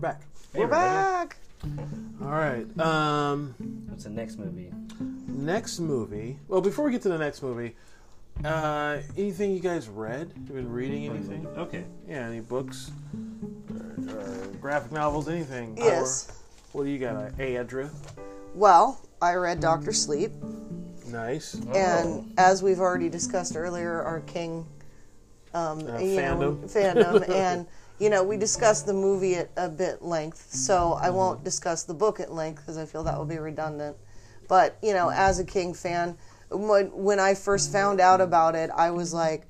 back. We're back. All right. Um, What's the next movie? next movie. Well, before we get to the next movie, uh, anything you guys read? You been reading anything? Okay. Yeah, any books, or, or graphic novels, anything? Yes. Or- what do you got? Uh, Aedra. Well, I read Doctor Sleep, Nice. and as we've already discussed earlier, our king um, you know, fandom. fandom, and you know we discussed the movie at a bit length, so I won't discuss the book at length because I feel that will be redundant. But you know, as a King fan, when when I first found out about it, I was like,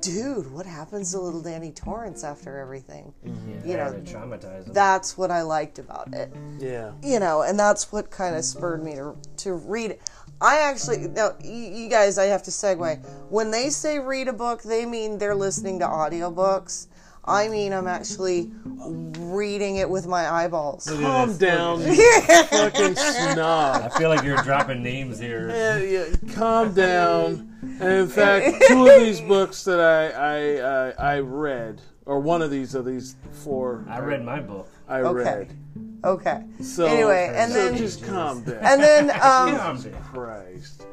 "Dude, what happens to little Danny Torrance after everything?" Yeah, You know, they traumatized him. That's what I liked about it Yeah. you know, and that's what kind of spurred me to to read. it. I actually now you, you guys, I have to segue. When they say read a book, they mean they're listening to audiobooks. I mean, I'm actually reading it with my eyeballs. Calm down, you fucking snob. I feel like you're dropping names here. Yeah, yeah, calm down. And in fact, two of these books that I I, uh, I read, or one of these of these four, I read my book. I read. Okay. So Anyway, and so then- just calm down. And then um, Christ.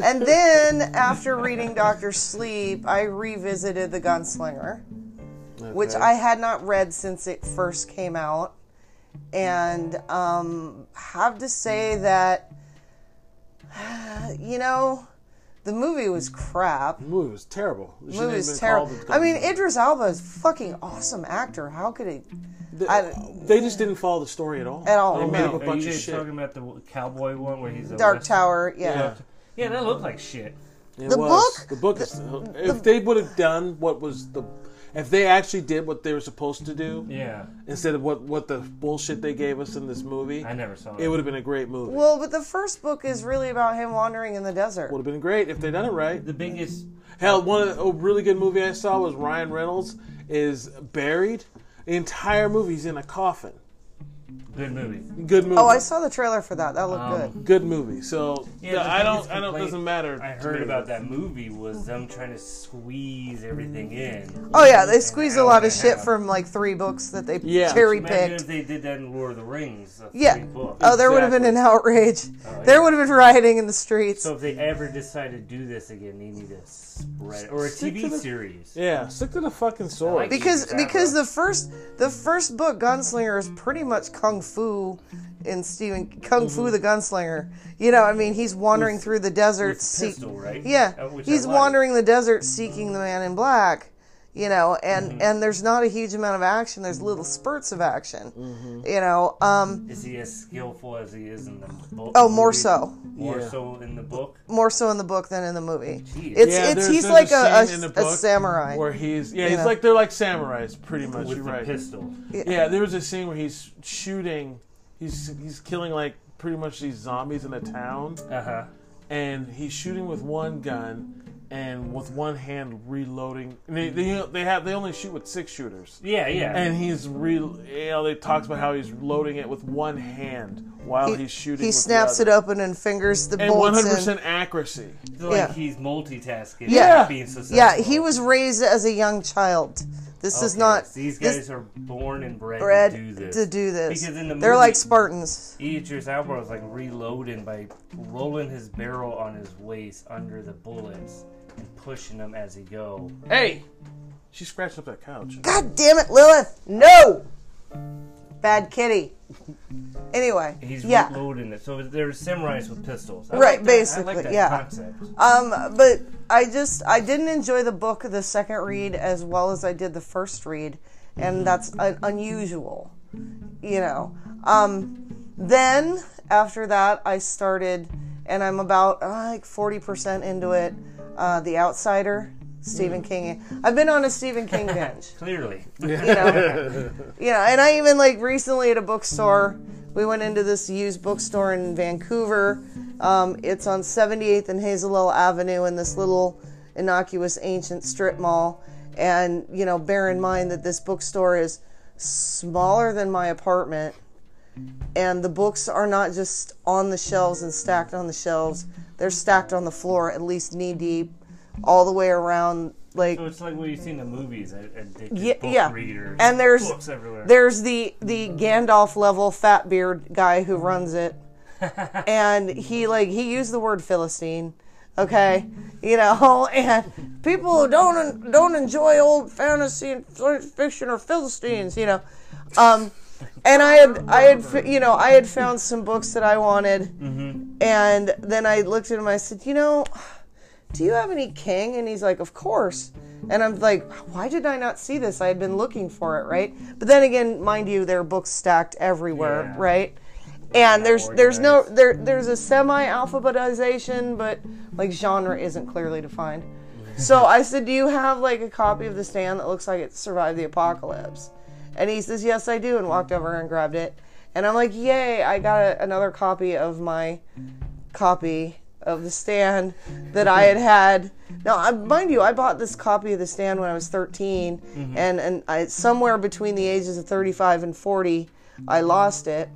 and then after reading Doctor Sleep, I revisited The Gunslinger. which Okay. I had not read since it first came out, and um, have to say that you know the movie was crap. The movie was terrible. It The shouldn't movie have was been called terrible. The I mean, Golden Idris Alba is a fucking awesome actor. How could he? They, I- they just didn't follow the story at all. At all, They no. made up a Are bunch you of guys shit. talking about the cowboy one where he's a Dark West- Tower, yeah. Yeah. Yeah, that looked like shit. It The was. book- The book. Is, if they would have done what was the, if they actually did what they were supposed to do Yeah, instead of what what the bullshit they gave us in this movie, I never saw it. it would have been a great movie. Well, but the first book is really about him wandering in the desert. would have been great if they done it right. the biggest. Hell, one of the, a really good movie I saw was Ryan Reynolds is buried. The entire movie's in a coffin. Good movie. Good movie. Oh, I saw the trailer for that. That looked good. good movie. So Yeah, the I don't. biggest I don't. complaint Doesn't matter. I to heard me. about that movie was them trying to squeeze everything in. Oh yeah, they squeezed a hour lot and of a shit half. from like three books that they Yeah. cherry Imagine picked. if they did that in Lord of the Rings. a Yeah. free book. Oh, there would have been an outrage. There Oh, yeah. would have been rioting in the streets. So if they ever decide to do this again, they need to spread it. or a Stick to TV the- series. Yeah, stick to the fucking I sword. like because Jesus, because Abra. the first the first book Gunslinger is pretty much kung fu and Stephen Kung Mm-hmm. Fu the Gunslinger. You know, I mean, he's wandering through the desert seek- pistol, right? Uh, Yeah. which I He's like. wandering the desert seeking the man in black. You know, and Mm-hmm. and there's not a huge amount of action. There's little spurts of action. Mm-hmm. You know, um Is he as skillful as he is in the book? oh, more movie? so. More Yeah. so in the book. More so in the book than in the movie. It's Jeez. Yeah, it's there's- he's there's like a, a a, scene in the a book samurai. where he's yeah, You he's know. like they're like samurais, pretty much. With You're the right. pistol. Yeah, there was a scene where he's shooting. He's he's killing like pretty much these zombies in a town, Uh huh. and he's shooting with one gun. And with one hand reloading, And they, they they have they only shoot with six shooters. Yeah, yeah. And he's re, you know, they talks about how he's loading it with one hand while he's shooting. He with the snaps it other. open and fingers the and one bolts. hundred in. percent accuracy. So, like yeah. he's multitasking. Yeah. not Being successful. Yeah, he was raised as a young child. This is Okay, not so These this guys are born and bred, bred to do this. to do this. Because in the They're movie- like Spartans. Idris Alba was like reloading by rolling his barrel on his waist under the bullets and pushing them as he go. Hey, she scratched up that couch. God damn it, Lilith! No, bad kitty. Anyway, He's yeah. reloading it. So they're samurais with pistols. I Right, like that. I basically, like that yeah. concept. Um, but I just I didn't enjoy the book the second read as well as I did the first read, and that's un- unusual, you know. Um, then after that, I started, and I'm about uh, like forty percent into it. Uh, the Outsider, Stephen King. I've been on a Stephen King binge Clearly. you know, you know, and I even like recently at a bookstore, we went into this used bookstore in Vancouver. Um, it's on 78th and Hazelell Avenue in this little innocuous ancient strip mall. And you know, bear in mind that this bookstore is smaller than my apartment, and the books are not just on the shelves and stacked on the shelves; they're stacked on the floor, at least knee deep, all the way around. Like So it's like what you see in the movies, a, a addicted Yeah, book yeah. reader. And there's- books everywhere. Mm-hmm. there's the the Gandalf level fat beard guy who runs it, and he like he used the word philistine, Mm-hmm. okay, you know, and people who don't don't enjoy old fantasy and science fiction are philistines, you know, um, and I had I had fi- you know I had found some books that I wanted, and then I looked at him. I said, you know, do you have any King? And he's like, of course. And I'm like, why did I not see this? I had been looking for it, right? But then again, mind you, there are books stacked everywhere, Yeah. right? And there's there's no there there's a semi alphabetization, but like genre isn't clearly defined. So I said, do you have like a copy of The Stand that looks like it survived the apocalypse? And he says, yes, I do, and walked over and grabbed it. And I'm like, yay! I got a, another copy of my copy of the stand that I had had. Now, I, mind you, I bought this copy of the stand when I was 13, and and I, somewhere between the ages of 35 and 40, I lost it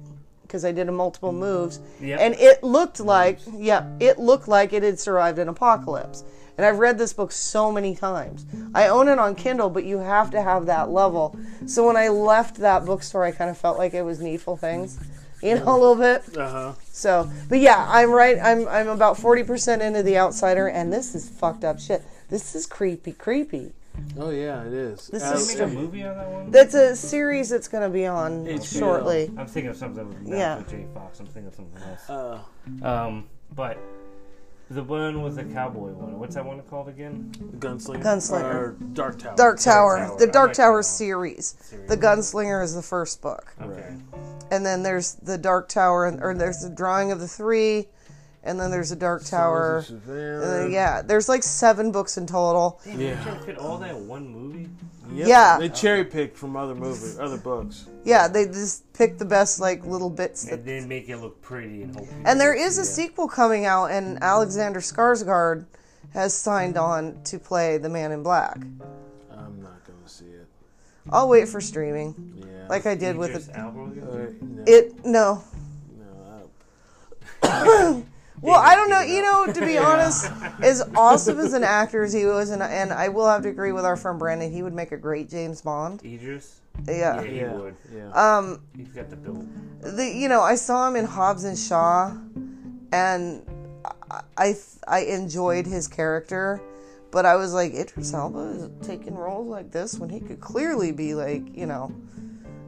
because I did a multiple moves, Yep. and it looked like yeah, it looked like it had survived an apocalypse. And I've read this book so many times. I own it on Kindle, but you have to have that level. So when I left that bookstore, I kind of felt like it was needful things, you know, a little bit. Uh huh. So, but yeah, I'm right. I'm I'm about forty percent into the Outsider, and this is fucked up shit. This is creepy, creepy. Oh yeah, it is. This Did is they Absolutely. make a movie on that one? That's a series that's gonna be on HBO. shortly. I'm thinking of something with Yeah. yeah. J. Fox. I'm thinking of something else. Uh, Um, but the one with the cowboy one. What's that one called again? Gunslinger. Gunslinger. Or Dark Tower. Dark Tower, Tower. the I Dark like Tower that. series. Series. The Gunslinger is the first book, Okay. and then there's the Dark Tower, and- or there's the drawing of the three, and then there's a Dark Tower. Sons of And Savannah. then, yeah, there's like seven books in total. Damn, Yeah. you can't fit all that in one movie. Yep, yeah. They cherry picked from other movies, other books. Yeah, they just pick the best like little bits that And then make it look pretty and hope. And there is a sequel coming out, and Alexander Skarsgård has signed on to play the Man in Black. I'm not gonna see it. I'll wait for streaming, Yeah. like I did with Idris it. Elba Uh, again? no, It no. no, Well, I don't know. You know, to be honest, as awesome as an actor as he was, and and I will have to agree with our friend Brandon, he would make a great James Bond. Idris. Yeah. I, He yeah. would. Yeah. Um. He's got the build. the you know I saw him in Hobbs and Shaw, and I I, I enjoyed his character, but I was like Idris Elba is taking roles like this when he could clearly be like you know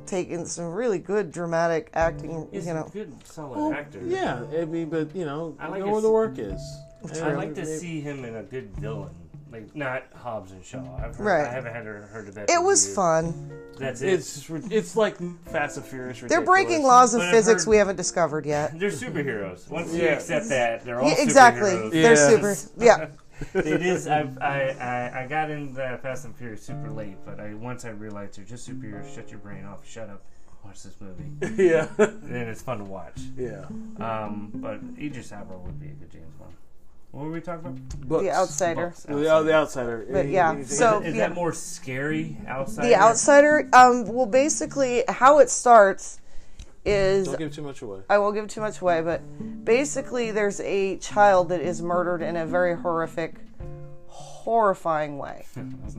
taking some really good dramatic acting He's you a know good, solid Um, Well, actor. yeah. I mean, but you know, I I like know it- where the work is. I'd And like to they- see him in a good villain, like not Hobbs and Shaw. I've heard, Right. I haven't had or heard of that. it in was years. fun. That's it. It's it's like Fast and Furious. They're breaking ridiculous. laws of But I've physics heard- we haven't discovered yet. They're superheroes. Once you Yeah. accept that, they're all Yeah, exactly. superheroes. They're Yeah. super. Yeah. it is. I, I, I, I got in the Fast and Furious super late, but I once I realized they're just superheroes. Shut your brain off. Shut up. Watch this movie. and Yeah. then it's fun to watch. yeah. Um, but Idris Elba would be a good James Bond. What were we talking about? Books. The outsider. Books. The, oh, the outsider. But Any- yeah, anything- so- Is Yeah. that more scary outside? The outsider. Um. Well, basically, how it starts is don't give too much away. I won't give too much away, but basically, there's a child that is murdered in a very horrific, horrifying way.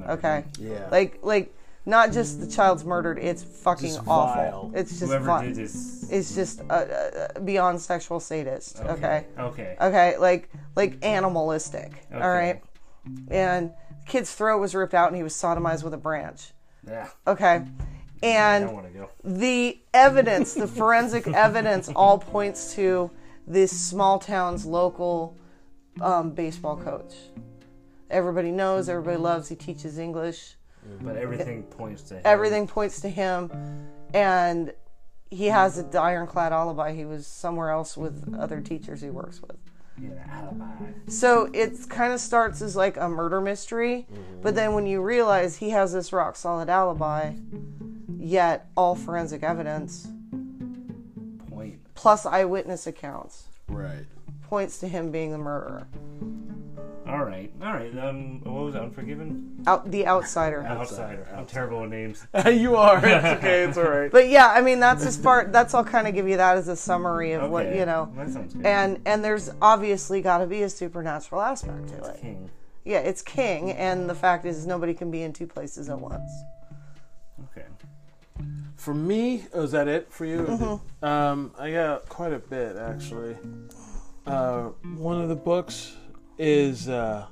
Okay, Yeah. like like not just the child's murdered; it's fucking Just vile. awful. It's just Whoever fun. did this. It's just uh, uh, uh, beyond sexual sadist. Okay. okay, Okay. like like animalistic. All Okay. right, and kid's throat was ripped out, and he was sodomized with a branch. Yeah. Okay, I and don't want to go. the evidence, the forensic evidence, all points to this small town's local um, baseball coach. Everybody knows, everybody loves. He teaches English. But everything points to him. Everything points to him, and he has an ironclad alibi. He was somewhere else with other teachers he works with. Yeah, alibi. So it kind of starts as like a murder mystery, but then when you realize he has this rock solid alibi, yet all forensic evidence Point. plus eyewitness accounts right. points to him being the murderer. All right. All right. Um, what was it? Unforgiven? Out the outsider. Outsider. I'm terrible with names. you are. It's okay. It's all right. But yeah, I mean that's as far that's I'll kind of give you that as a summary of what Okay, you know. That sounds good. And and there's obviously got to be a supernatural aspect to it. King. yeah, it's king, and the fact is nobody can be in two places at once. Okay. For me, oh, is that it for you? Mm-hmm. Um, I got quite a bit actually. Uh, one of the books is uh,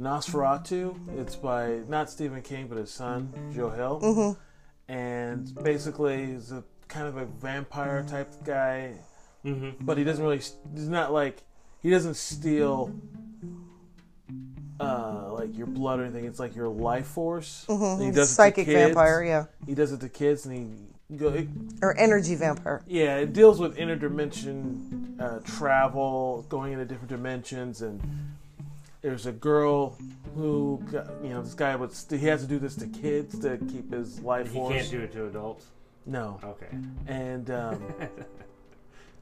Nosferatu. It's by not Stephen King, but his son Joe Hill, Mm-hmm. and basically he's a kind of a vampire type guy, Mm-hmm. but he doesn't really. He's not like he doesn't steal. Uh, like your blood or anything, it's like your life force. And he does it to Mm-hmm. Psychic kids. vampire, yeah, He does it to kids, and he go. It, or energy vampire. yeah, it deals with interdimension uh, travel, going into different dimensions, and there's a girl who, got, you know, this guy would st- he has to do this to kids to keep his life He force. can't do it to adults. no, Okay. and um,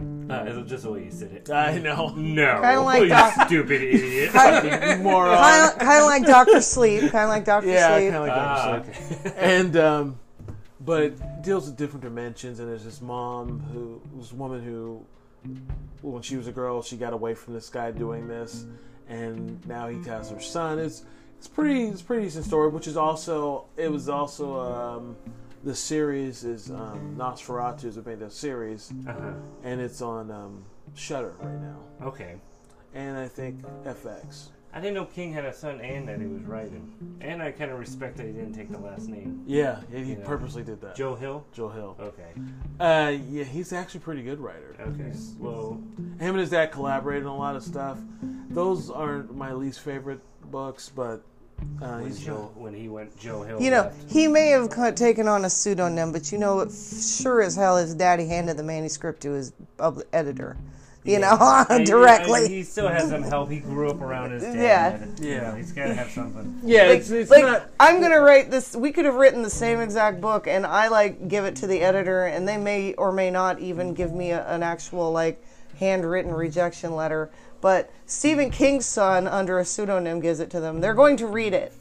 Uh, it's just the way you said it. I know, No. Uh, Kinda like you Doc- stupid idiot. moron. Kind of like Doctor Sleep. Kind of like Doctor Yeah, Sleep. kind of like Ah, that. okay. and um, but it deals with different dimensions and there's this mom who this woman who when she was a girl she got away from this guy doing this and now he has her son it's it's pretty it's a pretty decent story which is also it was also um, the series is um, Nosferatu is a made a series Uh-huh. and it's on um, Shutter right now Okay. and I think FX I didn't know King had a son and that he was writing. And I kind of respect that he didn't take the last name. yeah he he Yeah. purposely did that Joe, Joe Hill? Hill Okay. uh, yeah he's actually a pretty good writer Okay. Well, Him and his dad collaborated on a lot of stuff. Those aren't my least favorite books, but uh, when, he's Joe, when he went Joe Hill. You know, left. he may have co- taken on a pseudonym, but you know, it sure as hell his daddy handed the manuscript to his pub- editor, you know, And, you Uh, know, directly. he still has some help. He grew up around his dad. Yeah. You know, Yeah. he's got to have something. yeah, like, it's, it's like, not. I'm gonna write this. We could have written the same exact book, and I like give it to the editor, and they may or may not even give me a, an actual like handwritten rejection letter. But Stephen King's son, under a pseudonym, gives it to them. They're going to read it.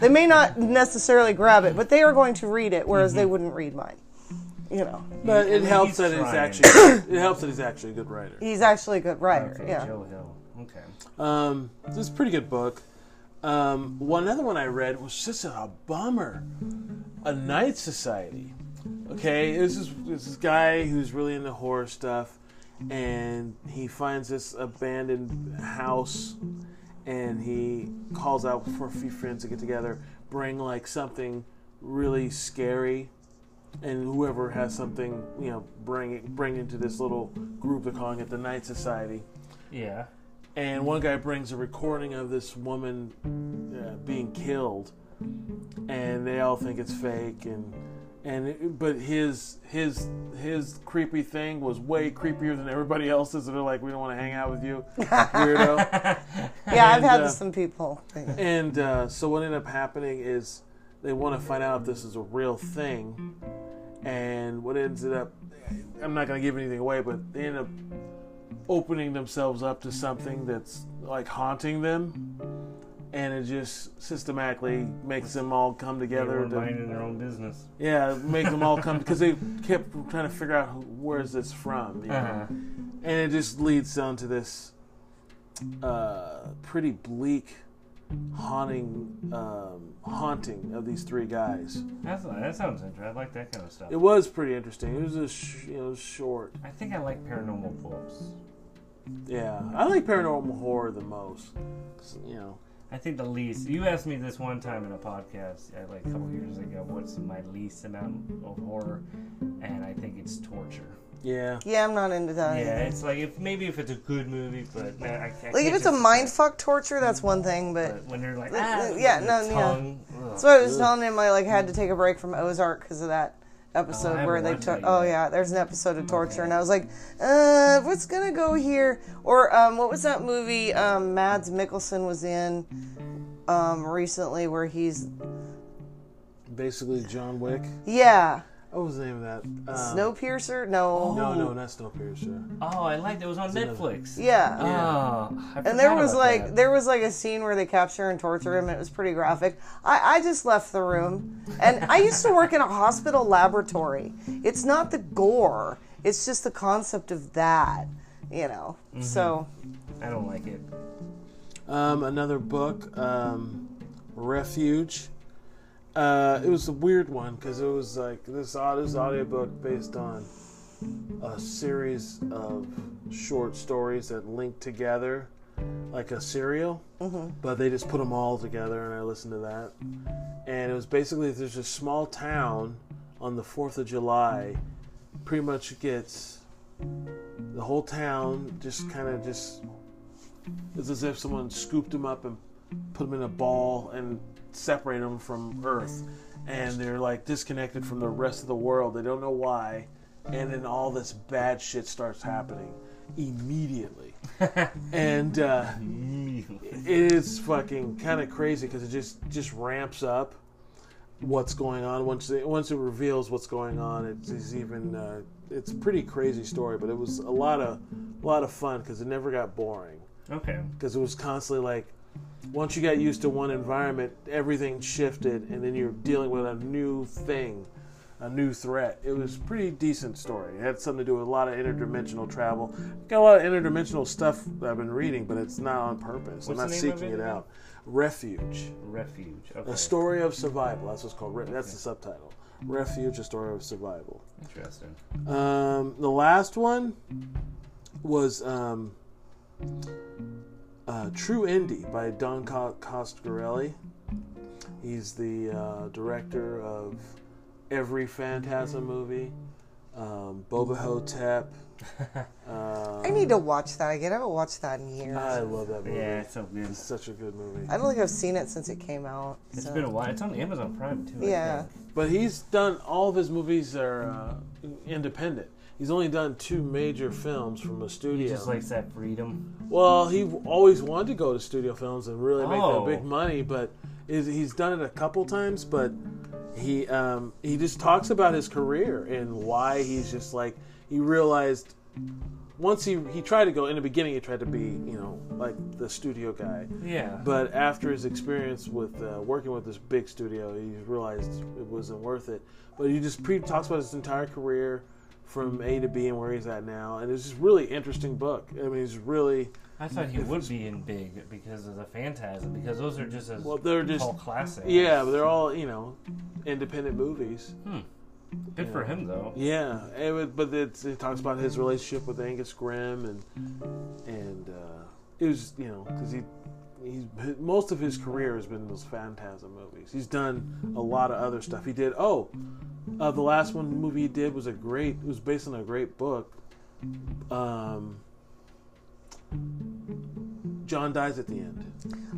they may not necessarily grab it, but they are going to read it, whereas Mm-hmm. they wouldn't read mine. You know, But it He's helps that he's trying. actually. it helps that he's actually a good writer. he's actually a good writer. Okay, yeah. Joe Hill. Okay. Um, this is a pretty good book. Um, one other one I read was just a bummer. A Night Society. Okay, this is this is guy who's really into horror stuff, and he finds this abandoned house, and he calls out for a few friends to get together, bring like something really scary, and whoever has something, you know, bring it bring into this little group. They're calling it the Night Society Yeah. and one guy brings a recording of this woman uh, being killed, and they all think it's fake. And and but his his his creepy thing was way creepier than everybody else's. And they're like, we don't want to hang out with you, weirdo. Yeah, I've And, had uh, some people. think- and uh, so what ended up happening is they want to find out if this is a real thing. And what ended up, I'm not going to give anything away, but they end up opening themselves up to something that's like haunting them. And it just systematically makes them all come They together. were to- minding their own business. yeah, make them all come because they kept trying to figure out who, where is this from. you know? Uh-huh. and it just leads down to this uh, pretty bleak haunting um, haunting of these three guys That's, that sounds interesting. I like that kind of stuff. it was pretty interesting it was a sh- you know short I think I like paranormal books. yeah i like paranormal horror the most 'Cause, you know I think the least. You asked me this one time in a podcast, uh, like a couple years ago, what's my least amount of horror, and I think it's torture. yeah yeah, I'm not into that. Yeah, either. it's like if maybe if it's a good movie, but man, I, I can't. Like if it's a just- mind fuck torture, that's one thing, but But when they're like, Uh, ah, uh, yeah, the no, yeah. tongue, ugh. That's what I was telling him. I like had to take a break from Ozark because of that episode haven't where they watched took. that Oh yet. yeah, there's an episode of torture, and I was like, uh, what's gonna go here? Or um, what was that movie um, Mads Mikkelsen was in um, recently where he's basically john wick yeah what was the name of that um, Snowpiercer? No, no no not snowpiercer Oh, I liked it. It was on Netflix. yeah. Oh, I and there forgot was about like that. there was like a scene where they capture and torture him and it was pretty graphic I, I just left the room and i used to work in a hospital laboratory it's not the gore it's just the Mm-hmm. concept of that you know so I don't like it. Um, another book, um, Refuge. Uh, it was a weird one because it was like this audio audiobook based on a series of short stories that link together like a serial, but they just put them all together, and I listened to that. And it was basically there's a small town on the 4th of July, pretty much gets the whole town just kind of just it's as if someone scooped them up and put them in a ball and separated them from Earth. And they're like disconnected from the rest of the world. They don't know why. And then all this bad shit starts happening immediately. and uh, it is fucking kind of crazy because it just, just ramps up what's going on once it, once it reveals what's going on it's, it's even uh, it's a pretty crazy story but it was a lot of a lot of fun because it never got boring Okay. because it was constantly like once you got used to one environment everything shifted and then you're dealing with a new thing a new threat it was a pretty decent story it had something to do with a lot of interdimensional travel got a lot of interdimensional stuff that i've been reading but it's not on purpose i'm not What's the name of seeking it it again? out refuge Refuge. a Okay. story of survival. That's what's called. Re- That's the subtitle. Refuge: A Story of Survival. Interesting. Um, the last one was um, uh, True Indie by Don Co- Coscarelli. He's the uh, director of every Phantasm movie, um, Boba Hotep. I need to watch that again. I haven't watched that in years. I Uh, love that movie. Yeah, it's so good. It's such a good movie. I don't think I've seen it since it came out. It's so. been a while. It's on Amazon Prime too. I Yeah. think. But he's done all of his movies are uh, independent. He's only done two major films from a studio. Just likes that freedom. well, he always wanted to go to studio films and really make Oh. that big money, but is, he's done it a couple times. But he um, he just talks about his career and why he's just like he realized once he he tried to go in the beginning he tried to be you know like the studio guy Yeah. but after his experience with uh, working with this big studio, he realized it wasn't worth it. But he just pre- talks about his entire career from A to B and where he's at now, and it's just really interesting book. I mean, it's really I thought he would be in big because of the Phantasm because those are just as well. They're just all classic. yeah, but they're all you know independent movies. Good for him though. Yeah, it would, but it's, it talks about his relationship with Angus Grimm and and uh, it was you know because he he's most of his career has been those Phantasm movies. He's done a lot of other stuff. He did oh, uh, the last one movie he did was a great it was based on a great book. Um, John dies at the end.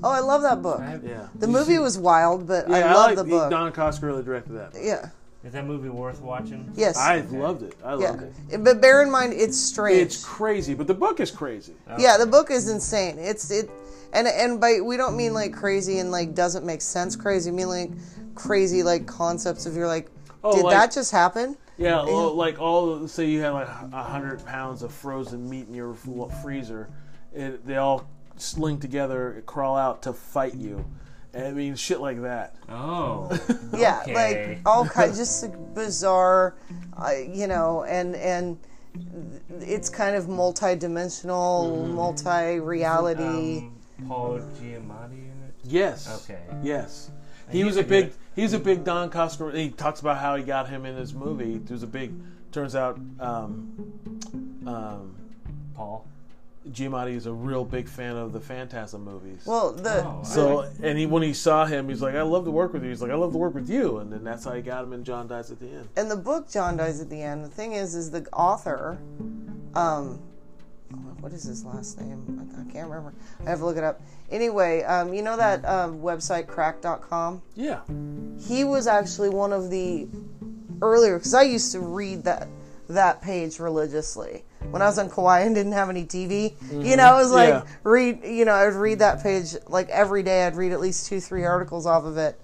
Oh, I love that book. I- Yeah, The movie was wild, but I Yeah, love like- the book. Don Coscarelli directed that. yeah. Is that movie worth watching? Yes. I loved it. I yeah. loved it. But bear in mind, it's strange. It's crazy, but the book is crazy. Yeah, the book is insane. It's it, and and by we don't mean like crazy and like doesn't make sense crazy. I mean like crazy like concepts of you're like, Oh, did like- that just happen? Yeah, well, like all say you had like a hundred pounds of frozen meat in your fl- freezer, and they all sling together, crawl out to fight you. I mean, shit like that. Oh. Yeah, Okay. like all kind, just like, bizarre, uh, you know, and and it's kind of multi-dimensional, multi-reality. Mm-hmm. um, Paul Giamatti in it. Yes. Okay. Yes. He he's was a a big. good- He was a big Don Coscarelli. He talks about how he got him in his movie. He was a big. Turns out, um, um, Paul. Giamatti is a real big fan of the Phantasm movies. well, the Oh, I like- so and he when he saw him, he's like, "I love to work with you." He's like, "I love to work with you," and then that's how he got him in John Dies at the End. and the book John dies at the end. The thing is, is the author, um, what is his last name? I, I can't remember. I have to look it up. Anyway, um, you know that um, website crack.com? Yeah. He was actually one of the earlier because I used to read that that page religiously when I was on Kauai and didn't have any TV. You know, it was like Yeah. read. You know, I would read that page like every day. I'd read at least two, three articles off of it.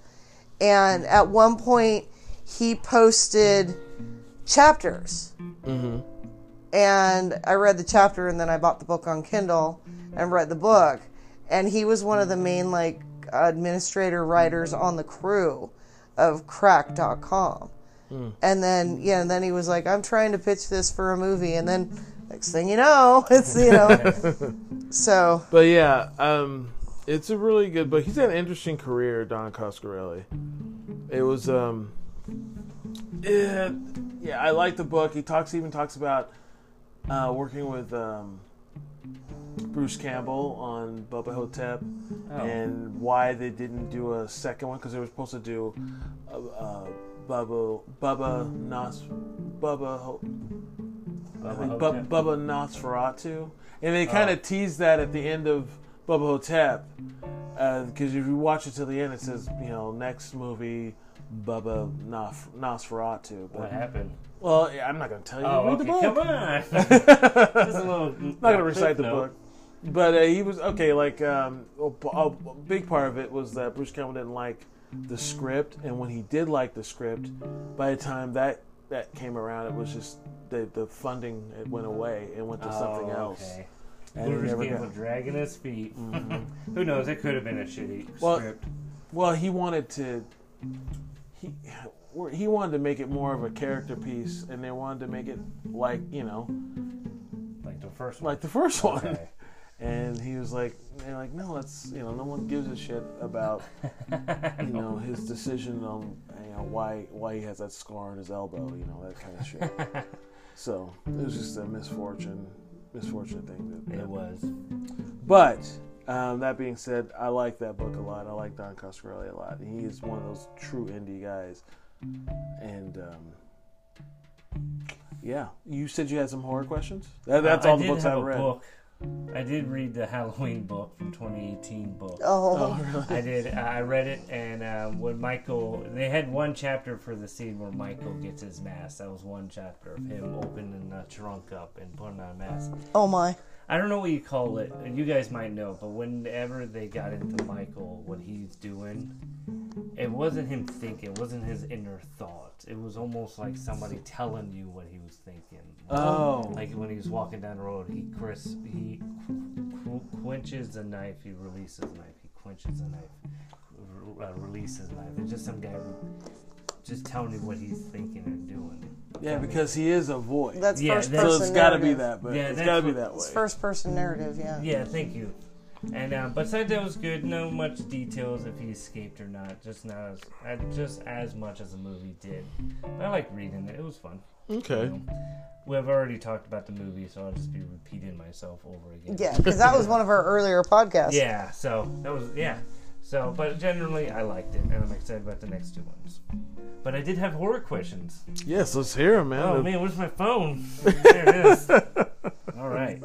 And at one point, he posted chapters, and I read the chapter, and then I bought the book on Kindle and read the book. And he was one of the main like administrator writers on the crew of Crack.com. Hmm. And then yeah, and then he was like, "I'm trying to pitch this for a movie," and then next thing you know, it's you know. so But yeah, um, It's a really good book. He's had an interesting career, Don Coscarelli. It was, um, it, yeah, I like the book. He talks, he even talks about uh, working with um, Bruce Campbell on Bubba Hotep Oh. and why they didn't do a second one because they were supposed to do uh, uh, Bubba Bubba Nos Bubba Ho- I think Bu- Hotep. Bubba Nosferatu, and they Oh. kind of teased that at the end of Bubba Hotep because if you watch it till the end, it says you know next movie Bubba Nof- Nosferatu. What But happened? well, yeah, I'm not gonna tell you. Oh, Read okay. the book. Come on. Just a little. I'm not gonna recite the book. But uh, he was okay. Like um, a, a big part of it was that Bruce Campbell didn't like the script, and when he did like the script, by the time that that came around, it was just the the funding it went away and went to something else. Oh, Okay. And he Bruce never Campbell got- dragging his feet. Who knows? It could have been a shitty Well- script. Well, he wanted to he he wanted to make it more of a character piece, and they wanted to make it like you know Like the first one. like the first one. Okay. And he was like, they're like, no, that's you know, no one gives a shit about you know his decision on you know why why he has that scar on his elbow, you know that kind of shit. so it was just a misfortune, misfortunate thing. That, It was. But um, that being said, I like that book a lot. I like Don Coscarelli a lot. He is one of those true indie guys. And um, yeah, you said you had some horror questions. That, that's Uh, all I the did books have I've a read. Book. I did read the Halloween book from 2018 book. Oh, I did. uh, I read it, and um, when Michael, they had one chapter for the scene where Michael gets his mask. That was one chapter of him opening the trunk up and putting on a mask. oh my. I don't know what you call it. You guys might know, but whenever they got into Michael, what he's doing, it wasn't him thinking. It wasn't his inner thoughts. It was almost like somebody telling you what he was thinking. Oh. Like when he was walking down the road, he crisp, he qu- qu- quenches the knife. He releases the knife. He quenches the knife. r- Uh, releases the knife. It's just some guy just telling you what he's thinking and doing. Yeah, because he is a void. That's Yeah, first that's- person. so it's got to be narrative. that, but Yeah, it's that's got to be what- that way. It's first person narrative, yeah. Yeah, thank you. And uh, besides, that was good. No much details if he escaped or not. Just not as uh, just as much as the movie did. But I like reading it. It was fun. okay. We have already talked about the movie, so I'll just be repeating myself over again. Yeah, because that was one of our earlier podcasts. Yeah. So that was yeah. So, but generally, I liked it, and I'm excited about the next two ones. But I did have horror questions. Yes, let's hear him, man. Oh man, where's my phone? There it is. All right.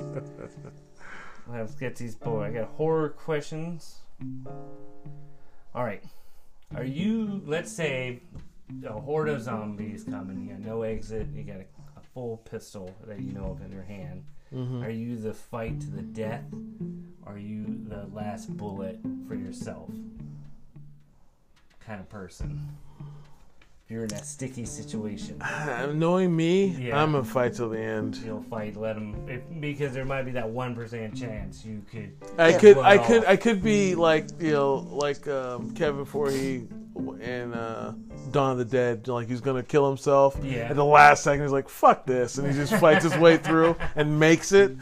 Let's get these boy. I got horror questions. All right. Are you? Let's say a horde of zombies coming. You got no exit. You got a, a full pistol that you know of in your hand. Are you the fight to the death? Are you the last bullet for yourself? Kind of person. If you're in that sticky situation. Uh, Knowing me, Yeah. I'm gonna fight till the end. you'll fight. Let them if, because there might be that one percent chance you could. I Yeah. could, Well- I could, I could be like you know, like um, Kevin Forhey in uh, Dawn of the Dead. Like he's gonna kill himself. Yeah. At the last second, he's like, "Fuck this," and he just fights his way through and makes it.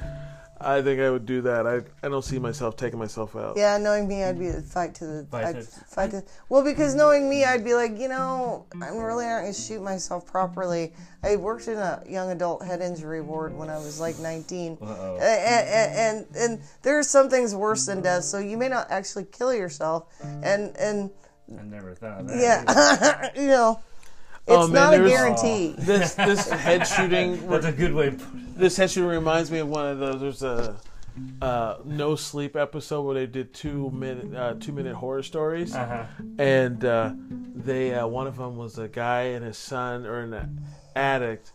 I think I would do that. I, I don't see myself taking myself out. Yeah, knowing me, I'd be the fight to the Mm-hmm. Fight I'd to- Mm-hmm. fight to. Well, because knowing me, I'd be like, you know, I'm really not gonna shoot myself properly. I worked in a young adult head injury ward when I was like 19, Uh-oh. A- a- a- and, and there are some things worse than death. So you may not actually kill yourself, and and I never thought of that. yeah, you know, it's Oh, man, not a there's- guarantee. This this head shooting that's a good way. to put it. This actually reminds me of one of those. There's a uh, no sleep episode where they did two minute uh, two minute horror stories, Uh-huh. and uh, they uh, one of them was a guy and his son or an addict,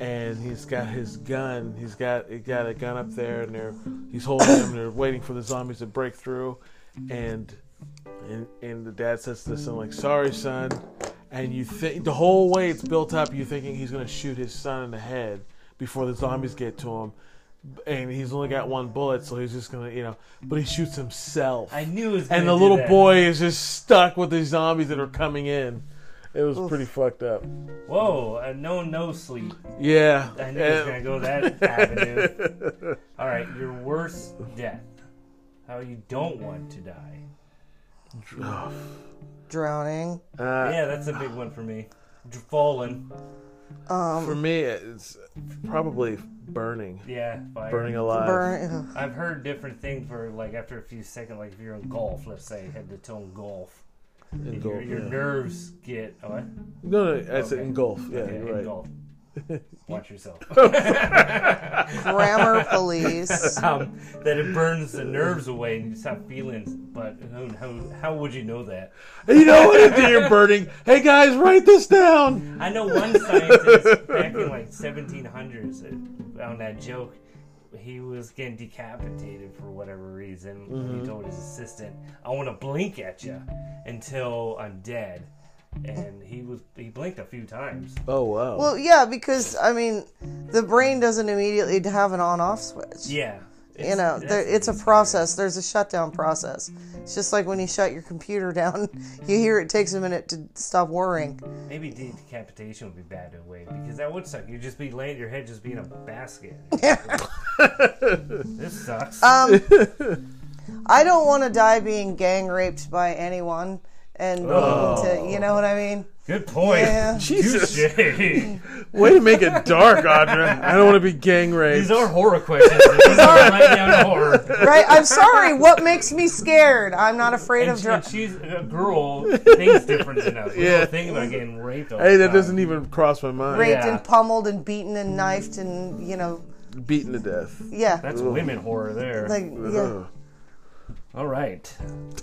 and he's got his gun. He's got he got a gun up there, and they're he's holding him. and They're waiting for the zombies to break through, and and and the dad says to the son like, "Sorry, son," and you think the whole way it's built up, you thinking he's gonna shoot his son in the head before the zombies get to him. And he's only got one bullet, so he's just gonna, you know. But he shoots himself I knew it was. and gonna the do little that. boy is just stuck with these zombies that are coming in. It was pretty fucked up. Whoa! Uh, no, no sleep. Yeah. I knew it was Uh, gonna go that avenue. All right, your worst death. how you don't want to die. Drowning. Uh, Yeah, that's a big one for me. D- Fallen. for me, it's probably burning, Yeah, fire. burning alive. Burn. I've heard different things for like after a few seconds, like if you're in golf, let's say head to toe in golf, your, Engulf, your yeah. nerves get oh, what? No, no, I said Okay. engulf. Yeah, Okay, you're right. Oh. in golf. Watch yourself. Grammar police. um, that it burns the nerves away and you stop feeling. But who, how, how would you know that? You know what? If you're burning, hey guys, write this down. I know one scientist back in like 1700s uh, on that joke. He was getting decapitated for whatever reason. Mm-hmm. He told his assistant, "I want to blink at you until I'm dead." And he was he blinked a few times. Oh wow. Well, yeah, because I mean, the brain doesn't immediately have an on-off switch. Yeah, you uh, know, that's- there, it's a process. There's a shutdown process. It's just like when you shut your computer down, you hear it takes a minute to stop worrying. Maybe decapitation would be bad in a way because that would suck. You'd just be laying your head just be in a basket. this sucks. Um, I don't want to die being gang raped by anyone, and to, you know what I mean. Good point. Yeah. Jesus, Jay. way to make it dark, Audra. I don't want to be gang raped. These are horror questions. These are right down to horror. Right? I'm sorry. What makes me scared? I'm not afraid And, of she, drugs. and she's a girl. Things different than us. We Yeah. don't think about getting raped. All Hey, the that time. doesn't even cross my mind. raped yeah. and pummeled and beaten and knifed and you know, Beaten to death. yeah, That's women horror there. like yeah. Ugh. all right.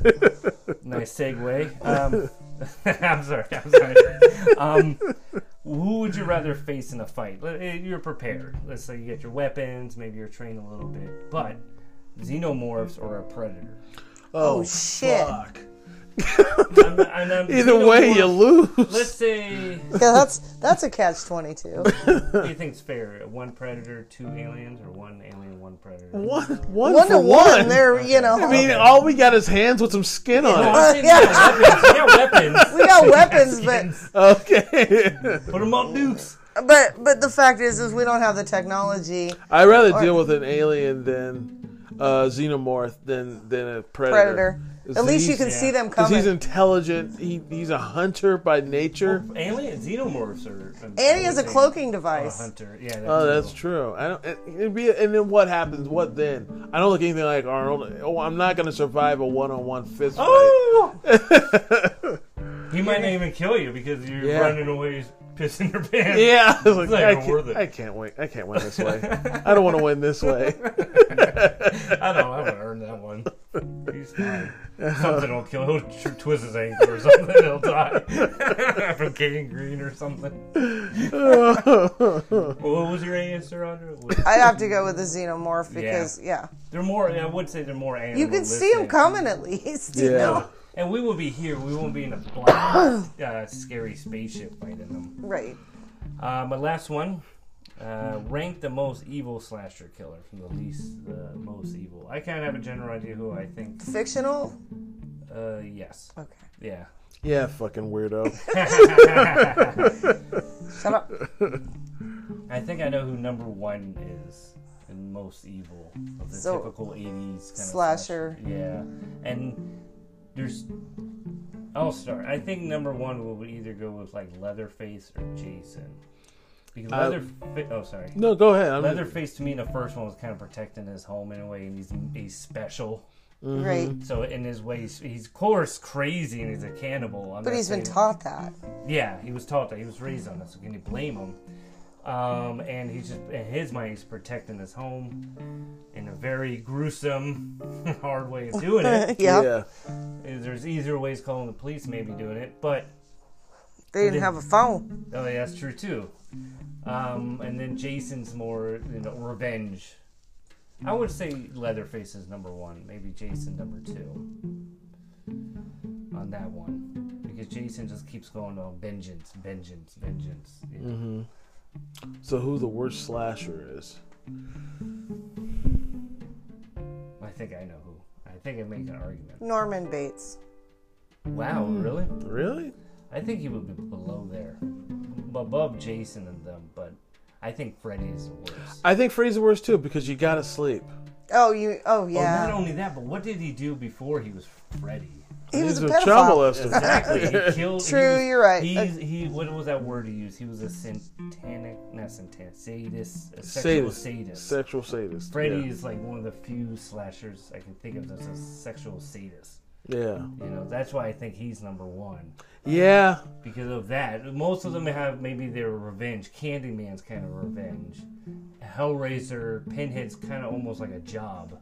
nice segue. Um, I'm sorry. I'm sorry. Um, who would you rather face in a fight? Let- eh, You're prepared. Let's say you get your weapons. Maybe you're trained a little bit, but xenomorphs or a predator. Oh, shit. fuck. I'm, I'm, I'm- Either way, you xenomorph- lose. Let's say Yeah, that's that's a catch twenty two. What do you think's fair? One predator, two aliens, or one alien, one predator? One, one, One for to one, one. they're you know. I mean, all we got is hands with some skin No, on I'm saying Yeah. we got weapons. We got weapons. we got weapons, but it. Okay. Put them up, Dukes. But but the fact is, is we don't have the technology. I'd rather deal with an alien than uh, xenomorph than than a predator. Predator. At least you can yeah. see them Because coming. he's intelligent. He, he's a hunter by nature. Alien xenomorphs are. and he has a cloaking A device. hunter. Yeah. That's Oh, that's true. I don't. It, it'd be, and then what happens? What then? I don't look anything like Arnold. Oh, I'm not going to survive a one-on-one fist fight. Oh! he might not even kill you because you're Yeah. running away, pissing your pants. Yeah, I, was like, not I, even worth can't, it. I can't win. I can't win this way. I don't want to win this way. I don't. I would earn that one. He's fine. Something will kill. him. He'll tr- twist his ankle or something. He'll die from gangrene or something. what was your answer, Andre? I have to go with the xenomorph because yeah, They're more. I would say they're more animal. you can see him coming at least. You Yeah. know, And we will be here. We won't be in a black, uh, scary spaceship fighting them. right? Uh, my last one. Uh, rank the most evil slasher killer from the least the most evil. I kind of have a general idea who I think. Fictional. Uh, yes. Okay, Yeah. Yeah, fucking weirdo. shut up. I think I know who number one is and most evil of the So- typical 80s kind Slasher. of slasher. Yeah. And there's. I'll start. I think number one will either go with like Leatherface or Jason. Because I- Leatherface. Oh, sorry. No, go ahead. I'm, Leatherface to me in the first one was kind of protecting his home in a way, and he's, he's special. Right, So in his way, he's, he's of course crazy and he's a cannibal. I'm but not he's been saying- taught that. yeah, he was taught that. He was raised on that, so can you blame him? Um, and he's just, in his mind, he's protecting his home in a very gruesome, hard way of doing it. Yeah, Yeah. Is There's easier ways calling the police, maybe doing it, but they didn't have a phone. oh, yeah, that's true too. Um, and then Jason's more, you know, revenge. I would say Leatherface is number one, maybe Jason number two on that one. Because Jason just keeps going on vengeance, vengeance, vengeance. you know. So who the worst slasher is? I think I know who. I think I make an argument. Norman Bates. Wow, really? Really? I think he would be below there, B- above Jason and them, but I think Freddy is the worst. I think Freddy's the worst too because you gotta sleep. Oh, you. Oh, Well, yeah. not only that, but what did he do before he was Freddy? he was a He's pedophile. molester. Exactly. He killed. he True, was- you're right. He's, he. What was that word he used? He was a satanic, not satanic, sadist, a sexual sadist. sadist. Sexual sadist. Freddy is like one of the few slashers I can think of that's a sexual sadist. Yeah. yeah. You know, that's why I think he's number one Yeah. because of that. Most of them have maybe their revenge. Candyman's kind of revenge. Hellraiser, Pinhead's kind of almost like a job.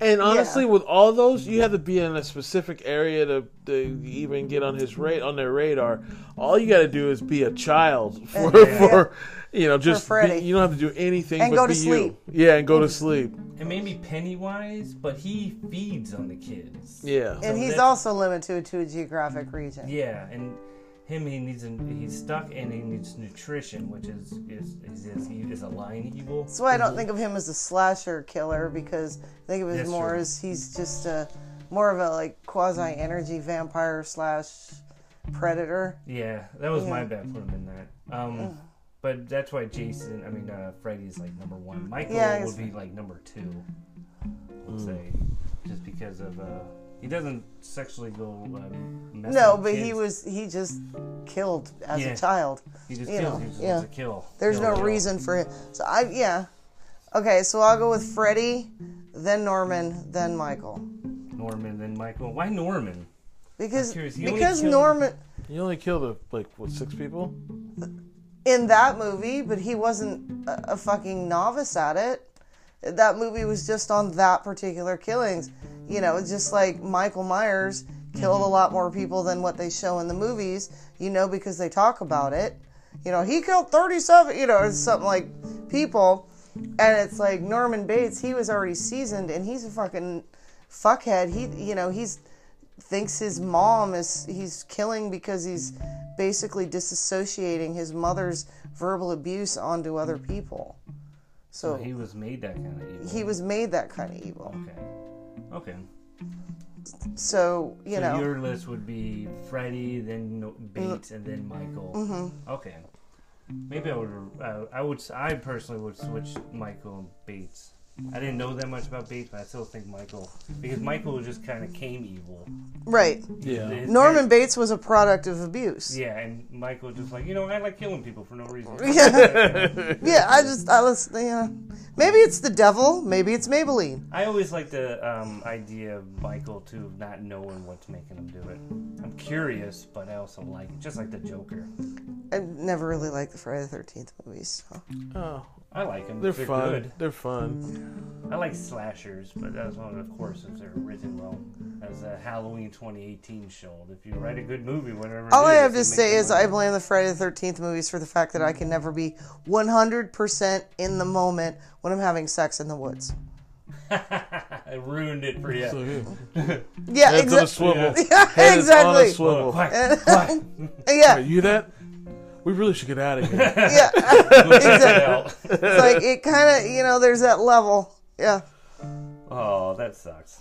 And honestly, with all those, you have to be in a specific area to, to even get on his ra- on their radar. All you got to do is be a child for Yeah. for you know just Freddy. be- you don't have to do anything And but go to be sleep. You. Yeah, and go to sleep. And maybe Pennywise, but he feeds on the kids. Yeah, And he's that- also limited to a geographic region. Yeah, and him he needs he's stuck and he needs nutrition, which is is is, is he is a lion evil. That's why I don't think of him as a slasher killer Mm-hmm. because I think of him That's more true. as he's just a more of a like quasi energy vampire slash predator. Yeah, that was my Yeah. bad put him in that. Um, but that's why Jason, I mean uh, Freddy's like number one. Michael Yeah, I would guess- be like number two, let's say, just because of uh, he doesn't sexually go. Um, messing No, with but he kids. was he just killed as Yeah. a child. he just you kills. know, he just yeah. wants to kill. There's kill, no kill. reason for him. So I yeah. Okay, so I'll go with Freddy, then Norman, then Michael. Norman then Michael. Why Norman? Because curious, he only because killed- Norman you only killed uh, like what six people? in that movie, but he wasn't a, a fucking novice at it. That movie was just on that particular killings. You know, it's just like Michael Myers killed a lot more people than what they show in the movies, you know, because they talk about it. You know, he killed 37, you know, or something like people. And it's like Norman Bates, he was already seasoned and he's a fucking fuckhead. He, you know, he's thinks his mom is he's killing because he's basically disassociating his mother's verbal abuse onto other people. So He was made that kind of evil. he was made that kind of evil. Okay. Okay. So, you So know, your list would be Freddy, then no- Bates, and then Mm-hmm. Michael. Okay. Maybe I would. Uh, I would. s- I personally would switch Michael and Bates. I didn't know that much about Bates, but I still think Michael because Michael just kind of came evil. right. Yeah, His Norman Bates was a product of abuse. parents- yeah, and Michael just like you know I like killing people for no reason. Yeah, I just I was yeah. Maybe it's the devil, maybe it's Maybelline. I always like the um, idea of Michael too, of not knowing what's making him do it. I'm curious, but I also like it, just like the Joker. I never really liked the Friday the Thirteenth movies. So. oh, I like him. they're, fun. Good. They're fun. I like slashers, but that was one of the courses that were written well. That was a Halloween 2018 show. If you write a good movie, whatever. it All I is, have it to makes say it is money. I blame the Friday the Thirteenth movies for the fact that I can never be one hundred percent in the moment when I'm having sex in the woods. I ruined it for So, you. yeah. Yeah, Heads on a exactly. swivel. Yeah, Head is on a exactly. swivel. Quack, quack. Are Yeah, you that? We really should get out of here. yeah. Get exactly. out. It's like it kind of you know there's that level. Yeah. Oh, that sucks.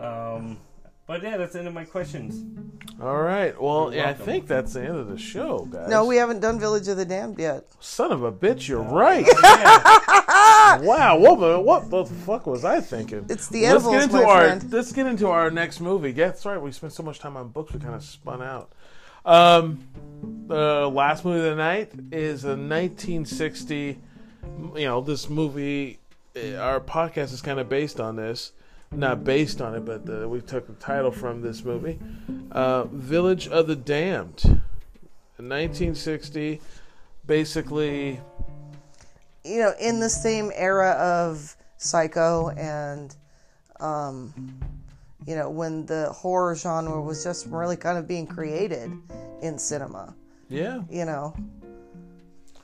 Um, but yeah, that's the end of my questions. All right. Well, yeah, I welcome. think that's the end of the show, guys. No, we haven't done Village of the Damned yet. Son of a bitch, you're right. Yeah, Wow, what the, what the fuck was I thinking? It's the let's edibles, get into my our friend. let's get into our next movie. Yeah, that's right. We spent so much time on books, we kind of spun out. Um, the last movie of the night is a 1960. You know, this movie, eh, our podcast is kind of based on this, not based on it, but uh we took the title from this movie, uh, Village of the Damned, 1960. Basically, You know, in the same era of Psycho and, um, you know, when the horror genre was just really kind of being created in cinema. yeah. You know,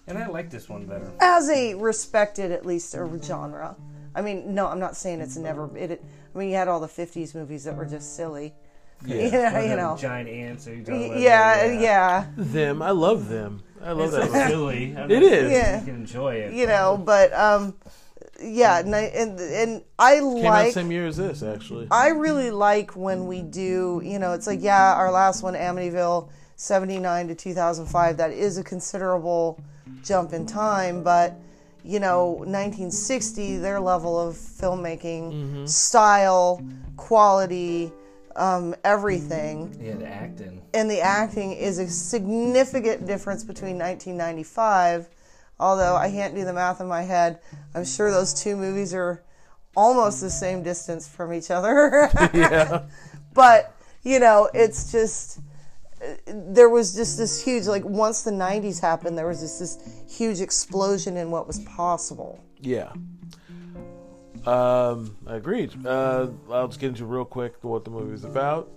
and I like this one better. as a respected at least a genre. I mean, no, I'm not saying it's never. It, it I mean, you had all the '50s movies that were just silly. Yeah, With you the know. giant ants. Are you talking Y- about Yeah, that? yeah, Them. I love them. I love It's so that. silly. I'm It not is. sure Yeah. You can enjoy it. you know, but um, yeah, and I, and, and I Came out like. same year as this, actually. I really like when we do, you know, it's like, yeah, our last one, Amityville 79 to 2005, that is a considerable jump in time, but, you know 1960 their level of filmmaking style quality um, everything Yeah, the acting. and the acting is a significant difference between 1995 although i can't do the math in my head i'm sure those two movies are almost the same distance from each other yeah. but you know it's just uh, there was just this huge like once the 90s happened there was just this huge explosion in what was possible Yeah. Um, agreed. Uh, I'll just get into real quick what the movie is about.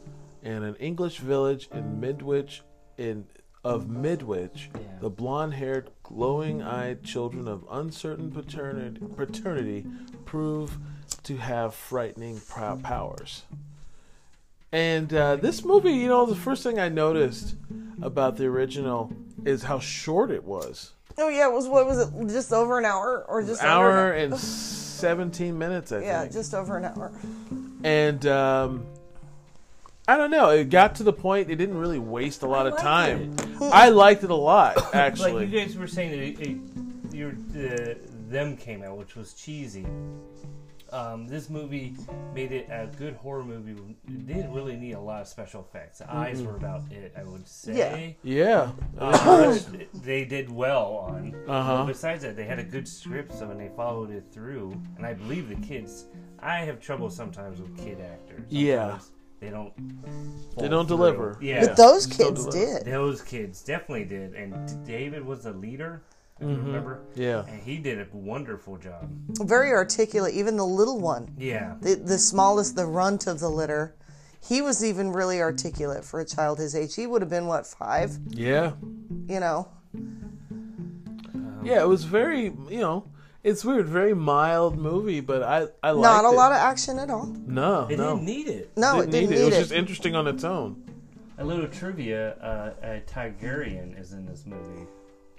In an English village in Midwich, in of Midwich, Yeah. the blonde-haired, glowing-eyed children of uncertain paternity, paternity prove to have frightening pro- powers. And uh, this movie, you know, the first thing I noticed about the original is how short it was. oh yeah it was what was it just over an hour or just hour under an and 17 minutes, I yeah think. just over an hour and um, I don't know. It got to the point. It didn't really waste a lot of liked time. I liked it a lot, Like actually. you guys were saying, that it, it, your uh, them came out, which was cheesy. Um, this movie made it a good horror movie. It didn't really need a lot of special effects. The eyes were about it, I would say. yeah. Um, which they did well on. Uh-huh. But besides that, they had a good script, so when they followed it through, and I believe the kids. I have trouble sometimes with kid actors. Yeah. Sometimes they don't. They fall don't through. deliver. Yeah, but those Still kids delicious. did those kids definitely did, and D- David was the leader. if you Remember? Yeah. And he did a wonderful job. very articulate even the little one Yeah. the, the smallest the runt of the litter he was even really articulate for a child his age he would have been what five Yeah. you know Yeah. It was very, you know, it's weird. Very mild movie, but I, I liked not a it. lot of action at all No, They no. didn't need it. no it didn't need It it, was just interesting on its own. A little trivia: uh, a Tigerian is in this movie.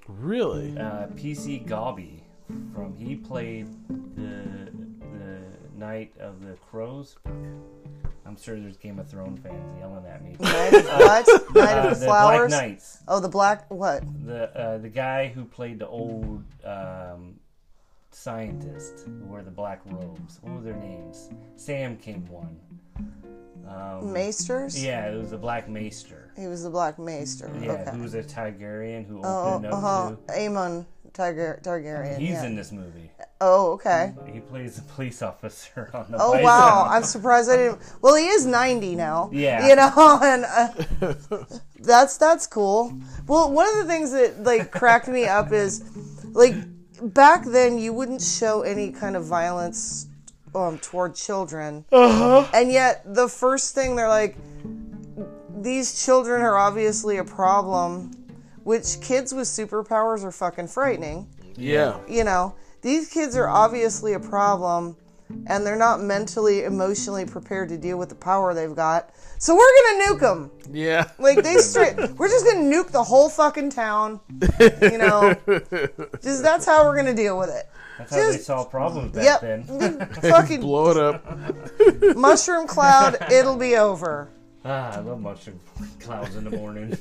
Really? Uh, PC Gobby from he played the the Knight of the Crows. I'm sure there's Game of Thrones fans yelling at me. Night of what? Night Uh, of the the flowers. Black Knights. Oh, the black what? the uh, the guy who played the old um, scientist who wore the black robes. What were their names? Sam came one. Um, Maesters. Yeah, it was the black maester. He was the black maester. Yeah, okay. who was a Tigerian who Oh, opened up uh huh. to. Amon Targar- Targaryen. He's yeah. in this movie. Oh, okay. He plays a police officer on the. Oh bison. wow! I'm surprised I didn't. Well, he is 90 now. Yeah. You know, and uh, that's that's cool. Well, one of the things that like cracked me up is, like, back then you wouldn't show any kind of violence um, toward children, Uh-huh. and yet the first thing they're like, these children are obviously a problem, which kids with superpowers are fucking frightening Yeah. you know, these kids are obviously a problem and they're not mentally, emotionally prepared to deal with the power they've got. So we're going to nuke them. Yeah. Like they straight, we're just going to nuke the whole fucking town. You know, just that's how we're going to deal with it. That's how they Just- solved problems back Yep. then. fucking Blow it up. mushroom cloud, it'll be over. Ah, I love mushroom clouds in the morning.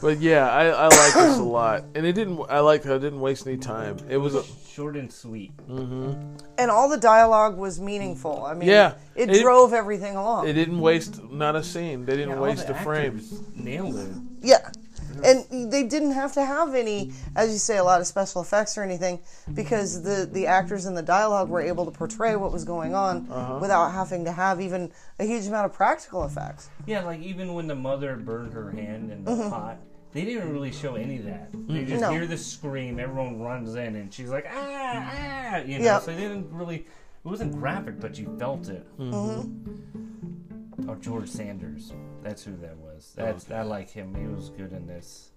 But yeah, I, I liked this a lot, and it didn't. I liked how it didn't waste any time. It was a, Short and sweet. And all the dialogue was meaningful. I mean, Yeah. it, It- drove everything along. They didn't waste not a scene. They didn't All waste the a frame. actors Nailed it. Yeah. And they didn't have to have any, as you say, a lot of special effects or anything, because the, the actors and the dialogue were able to portray what was going on Uh-huh. without having to have even a huge amount of practical effects. Yeah, like even when the mother burned her hand in the pot, they didn't really show any of that. They just Mm-hmm. No. hear the scream, everyone runs in, and she's like, ah, ah, you know. Yeah. So they didn't really. It wasn't graphic, but you felt it. Mm-hmm. Oh, George Sanders. That's who that was. That's I like him. He was good in this.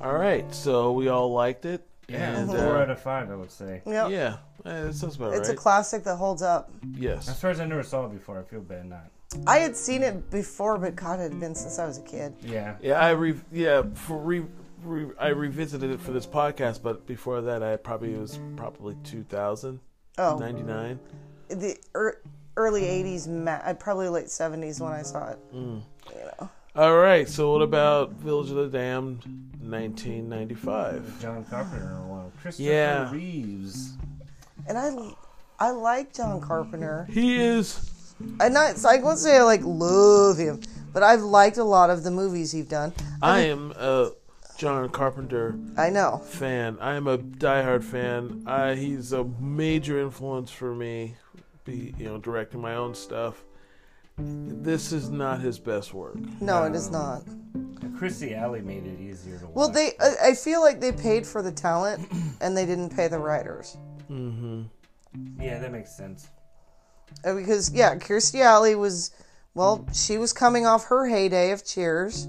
All right, so we all liked it. and, four Mm-hmm. uh, out of five, I would say. Yep. yeah, eh, that sounds about It's right. a classic that holds up. As yes, far as I never saw it before, I feel bad not. I had seen it before, but God, it had been since I was a kid. Yeah. yeah, I re- yeah for re- re- I revisited it for this podcast, but before that, I probably it was probably 2000, Oh, 99. Mm. the er, early 80s, ma- uh, probably late 70s when I saw it. All right. So what about Village of the Damned, 1995? John Carpenter one. Christopher Yeah. Reeves. And I, I like John Carpenter. He is. I not so I won't say I like love him, but I've liked a lot of the movies he's done. I am a John Carpenter I know. fan. I am a diehard fan. I, he's a major influence for me. Be you know directing my own stuff. This is not his best work. No, it Um, is not. Chrissy Alley made it easier to watch. Well, they I- I feel like they paid for the talent and they didn't pay the writers. yeah, that makes sense. Uh, because yeah, Kirstie Alley was well, she was coming off her heyday of Cheers,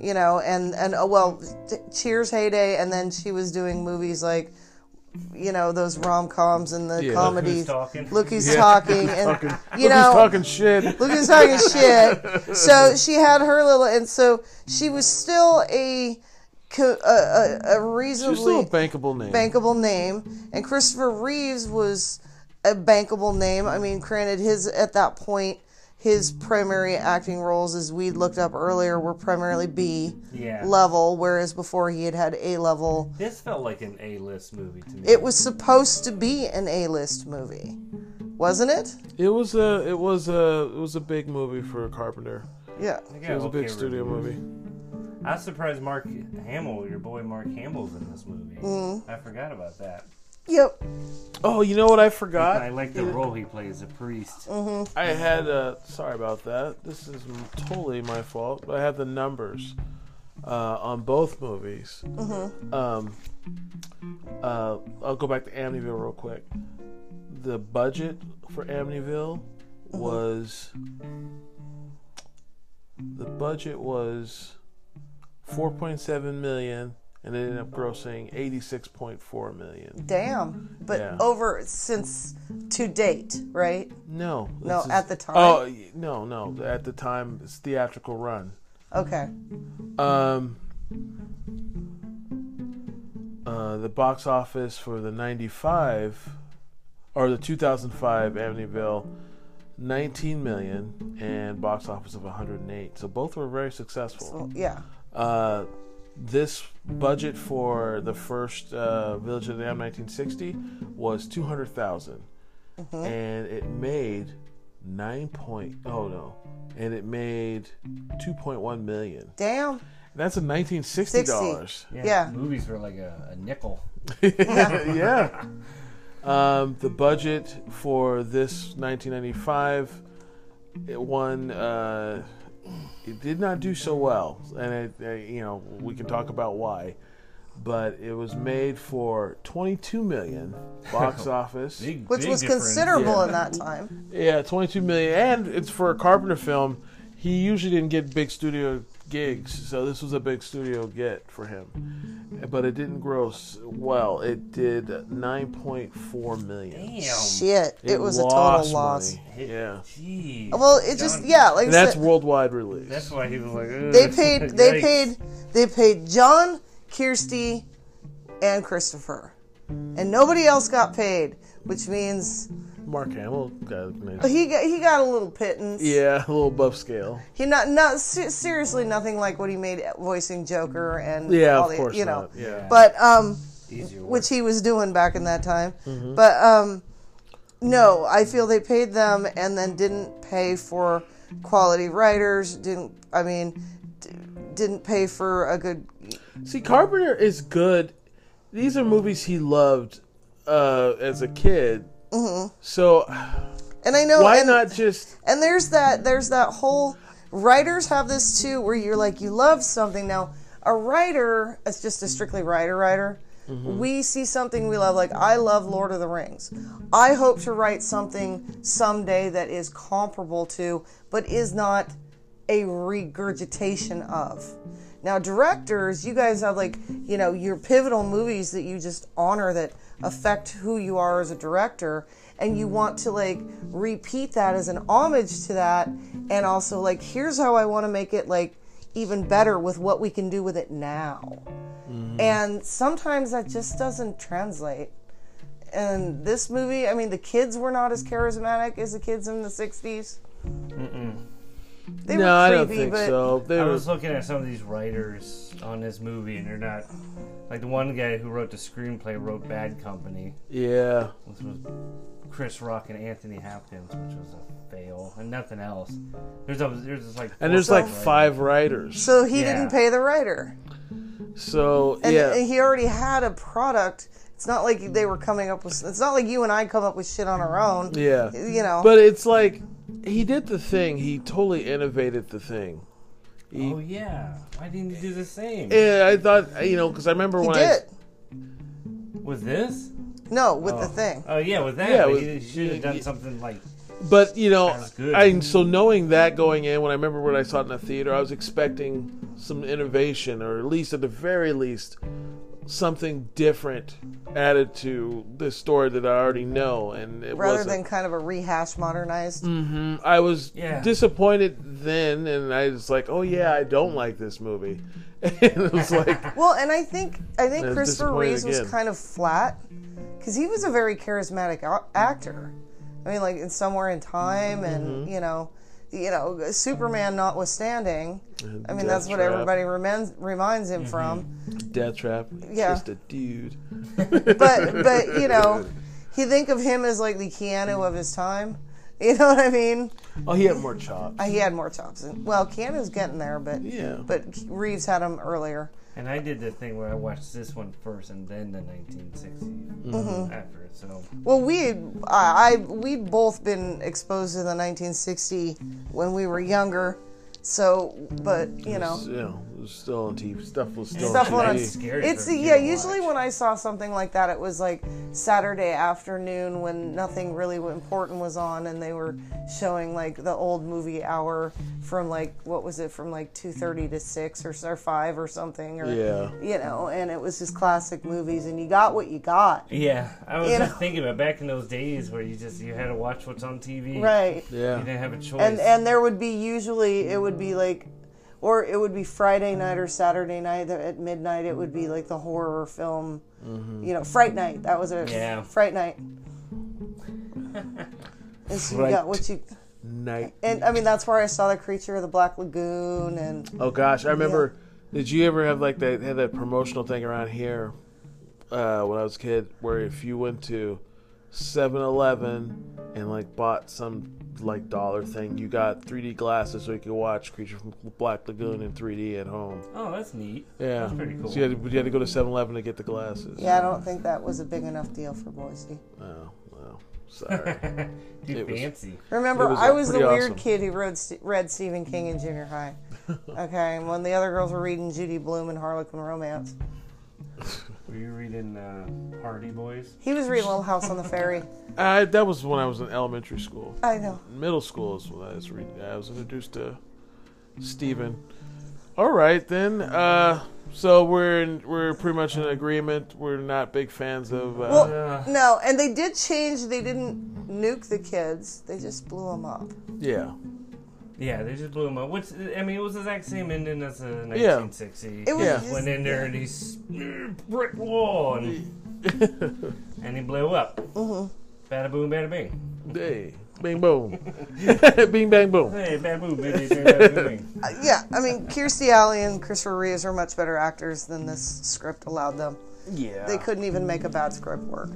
you know, and and uh, well, t- Cheers heyday, and then she was doing movies like, you know, those rom coms and the Yeah. comedies. Talking. Look who's Yeah. talking, and you Look who's know, talking shit. look who's talking shit. So she had her little, and so she was still a co- a, a, a She's still reasonably a bankable name. bankable name, and Christopher Reeves was a bankable name. I mean, granted, his at that point, his primary acting roles, as we looked up earlier, were primarily B Yeah. level, whereas before he had had A level. This felt like an A-list movie to me. It was supposed to be an A list movie, wasn't it? It was a it was a it was a big movie for Carpenter. Yeah. I got It was a big okay studio reviews. movie. I was surprised Mark Hamill, your boy Mark Hamill's in this movie. Mm-hmm. I forgot about that. Yep. Oh, you know what I Uh, And I forgot? like the role he plays, a priest. Mm-hmm. I had uh sorry about that. This is m- totally my fault. But I had the numbers uh, on both movies. Mm-hmm. Um, uh, I'll go back to Amityville real quick. The budget for Amityville Mm-hmm. was the budget was 4.7 million and it ended up grossing 86.4 million. Damn. But Yeah. over since to date, right? No. No, this is- at the time. Oh y- no, no. At the time, it's theatrical run. Okay. Um. Uh, the box office for the '95 or the 2005 Amityville, 19 million, and box office of 108. So both were very successful. So, yeah. Uh, this budget for the first uh, Village of the Dam 1960 was 200,000, and it made nine point oh no, and it made 2.1 million. And Damn. that's in 1960 dollars. Yeah. Movies were like a, a nickel. yeah. Um, the budget for this 1995, it won. Uh, it did not do so well, and it, uh, you know we can talk about why. But it was made for 22 million box office. Big, Which big was difference. considerable Yeah. in that time. Yeah, 22 million, and it's for a Carpenter film. He usually didn't get big studio gigs, so this was a big studio get for him. But it didn't gross well. It did 9.4 million. Damn. Shit. It, was a Um, lost total loss. money. Yeah, Jeez. Well, it just John- yeah, like and I that's said, worldwide release. That's why he was like. "Ugh." they paid they Yikes. paid they paid John, Kirsty, and Christopher, and nobody else got paid, which means Mark Hamill got he got, he got a little pittance. yeah, a little buff scale. He not not se- seriously nothing like what he made voicing Joker and Yeah, all of the, course you know, not. Yeah, but um. Easier work. which he was doing back in that time. Mm-hmm. But um, no, I feel they paid them and then didn't pay for quality writers. Didn't I mean? d- Didn't pay for a good. see, Carpenter is good. These are movies he loved uh, as a kid. So And I know. why Mm-hmm. and, not just And there's that. There's that whole. Writers have this too, where you're like you love something. Now a writer, it's just a strictly writer writer. We see something we love, like I love Lord of the Rings. I hope to write something someday that is comparable to, but is not a regurgitation of. Now, directors, you guys have like, you know, your pivotal movies that you just honor that affect who you are as a director. And you want to like repeat that as an homage to that. And also, like, here's how I want to make it like even better with what we can do with it now. And sometimes that just doesn't translate. And this movie, I mean, the kids were not as charismatic as the kids in the 60s. They no, were I don't creepy, think but so. They I were, was looking at some of these writers on this movie, and they're not like the one guy who wrote the screenplay wrote Bad Company, yeah. which was Chris Rock and Anthony Hopkins, which was a fail, and nothing else. There's a there's just like And there's four like writers. five writers. so he Yeah. didn't pay the writer, So and yeah, and he already had a product. It's not like they were coming up with. It's not like you and I come up with shit on our own. yeah. You know. But it's like he did the thing. He totally innovated the thing. He, Oh yeah, why didn't you do the same yeah, I thought you know because I remember he when did. with this? No, with Oh. the thing. Oh yeah, with that. Yeah, but with- you should have yeah. done something like I, but you know, That's good. I so knowing that going in when I remember when I saw it in the theater, I was expecting some innovation or at least at the very least something different added to this story that I already know, and it Rather wasn't. than kind of a rehash modernized. I was Yeah. disappointed then, and I was like, "Oh yeah, I don't like this movie." And it was like, Well, and I think I think was Christopher disappointed Reeves again. was kind of flat because he was a very charismatic a- actor. I mean, like in Somewhere in Time, Mm-hmm. and you know, you know, Superman notwithstanding. I mean, that's Death what Trap. everybody reminds reminds him from. "Death Trap, Yeah. just a dude." But but you know, he think of him as like the Keanu of his time. You know what I mean? Oh, he had more chops. Uh, He had more chops. than- Well, Keanu's getting there, but Yeah. but Reeves had him earlier. And I did the thing where I watched this one first and then the 1960 Mm-hmm. after. So Well, we had- I I- we'd both been exposed to the 1960 when we were younger, so but you know you know, it was still on TV. Stuff was still stuff on on It's TV. scary It's for a kid yeah. to Usually when I saw something like that, it was like Saturday afternoon when nothing really important was on, and they were showing like the old movie hour from like what was it from like 2:30 to six or, s- or five or something or Yeah. you know, and it was just classic movies, and you got what you got. yeah, I was You just know. thinking about back in those days where you just you had to watch what's on TV. Right. You Yeah, didn't have a choice. and e- and there would be usually it would Mm-hmm. be like or it would be friday night or saturday night that at midnight it would be Mm-hmm. like the horror film you know fright night that was it Yeah. fright night and so you Fright. got what you night. and i mean that's where i saw the creature of the black lagoon and Oh gosh, I remember. Did you ever have like that? Had that promotional thing around here uh, when I was a kid, where if you went to 7-Eleven and like bought some like dollar thing, you got 3D glasses so you could watch Creature from Black Lagoon in 3D at home. oh, that's neat. Yeah, That's pretty cool. So you had, to, you had to go to 7-Eleven to get the glasses. yeah i don't think that was a big enough deal for boise Oh, well, sorry. Too It was- fancy. Remember, It was, I uh, was the pretty weird awesome. kid who read, Ste- read Stephen King in junior high. Okay, and when the other girls were reading Judy Blume and Harlequin Romance, Were you reading uh, Hardy Boys? he was reading Little House on the Ferry. I, Uh, that was when I was in elementary school. I know. middle school is when I was reading. I was introduced to Stephen. All right then. Uh, so we're in, we're pretty much in agreement. We're not big fans of. Uh, Well, Uh, no, and they did change. They didn't nuke the kids. They just blew them up. yeah, yeah, they just blew him up. Which I mean, it was the exact same ending as the 1960. It was Yeah. just- went in there and he smeared brick wall and, and he blew up. Bada boom, bada bing. hey, bing boom, bing bang boom. Hey, bada boom, bada bing, bada bing. Uh, yeah, I mean, Kirstie Alley and Christopher Reeves are much better actors than this script allowed them. Yeah, They couldn't even make a bad script work.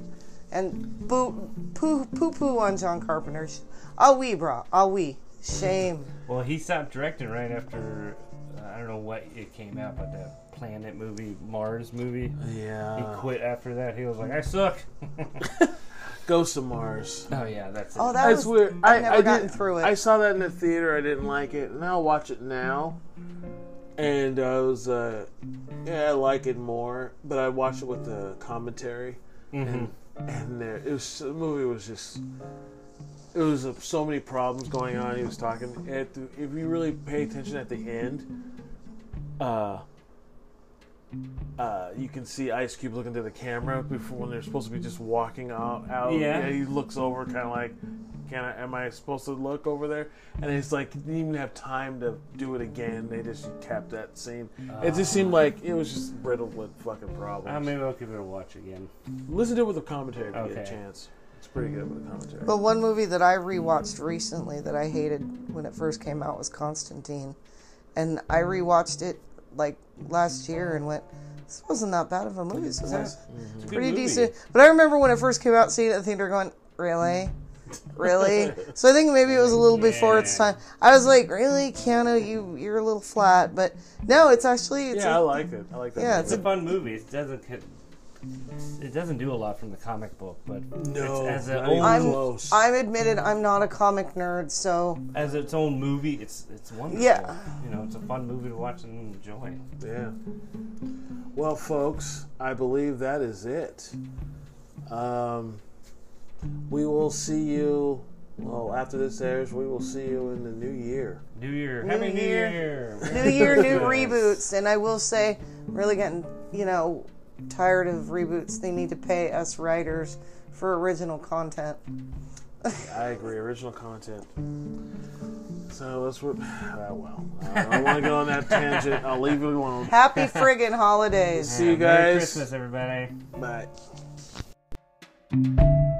And boo, poo, poo, poo on John Carpenter's. Ah, we, brah. Ah, we. Shame. Well, he stopped directing right after uh, I don't know what it came out, but that Planet movie, Mars movie. He yeah. quit after that. He was like, I suck. Ghost of Mars. Oh yeah, that's it. Oh, that That's was weird. I've I, never I gotten did, through it. I saw that in the theater. I didn't like it. Now I'll watch it now, and I was uh, yeah, I like it more. But I watched it with the commentary, and and there, it was the movie was just it was uh, so many problems going on. He was talking. At the, if you really pay attention at the end, uh. Uh, you can see Ice Cube looking to the camera before when they're supposed to be just walking out. out. Yeah. he looks over, kind of like, "Can I? Am I supposed to look over there?" And it's like he didn't even have time to do it again. They just kept that scene. it just seemed like it was just riddled with fucking problems. Uh, maybe I'll give it a watch again. Listen to it with the commentary if you get Okay. a chance. It's pretty good with the commentary. But one movie that I rewatched recently that I hated when it first came out was Constantine. And I rewatched it like last year and went, this wasn't that bad of a movie. This was Nice. a- It's a good pretty movie. decent. But I remember when it first came out, seeing it at the theater, going, "Really, really?" so I think maybe it was a little before its Yeah. time. I was like, "Really, Keanu, you you're a little flat," but no, it's actually it's Yeah, I a- like it. I like that. Yeah, It's a fun movie. It doesn't co- it doesn't do a lot from the comic book, but No, it's, as a not even own- close. I'm Gross. I'm admitted I'm not a comic nerd, so as its own movie, it's it's wonderful. Yeah. you know, it's a fun movie to watch and enjoy. Yeah. Well, folks, I believe that is it. Um, we will see you. Well, after this airs, we will see you in the new year. New Year, Happy New Year. Year. New Year, new Yes. reboots, and I will say, I'm really getting you know tired of reboots. They need to pay us writers for original content. I agree. Original content. So let's. Re- ah, well, I don't want to go on that tangent. I'll leave it alone. Happy friggin' holidays. See you Merry guys. Christmas, everybody. Bye.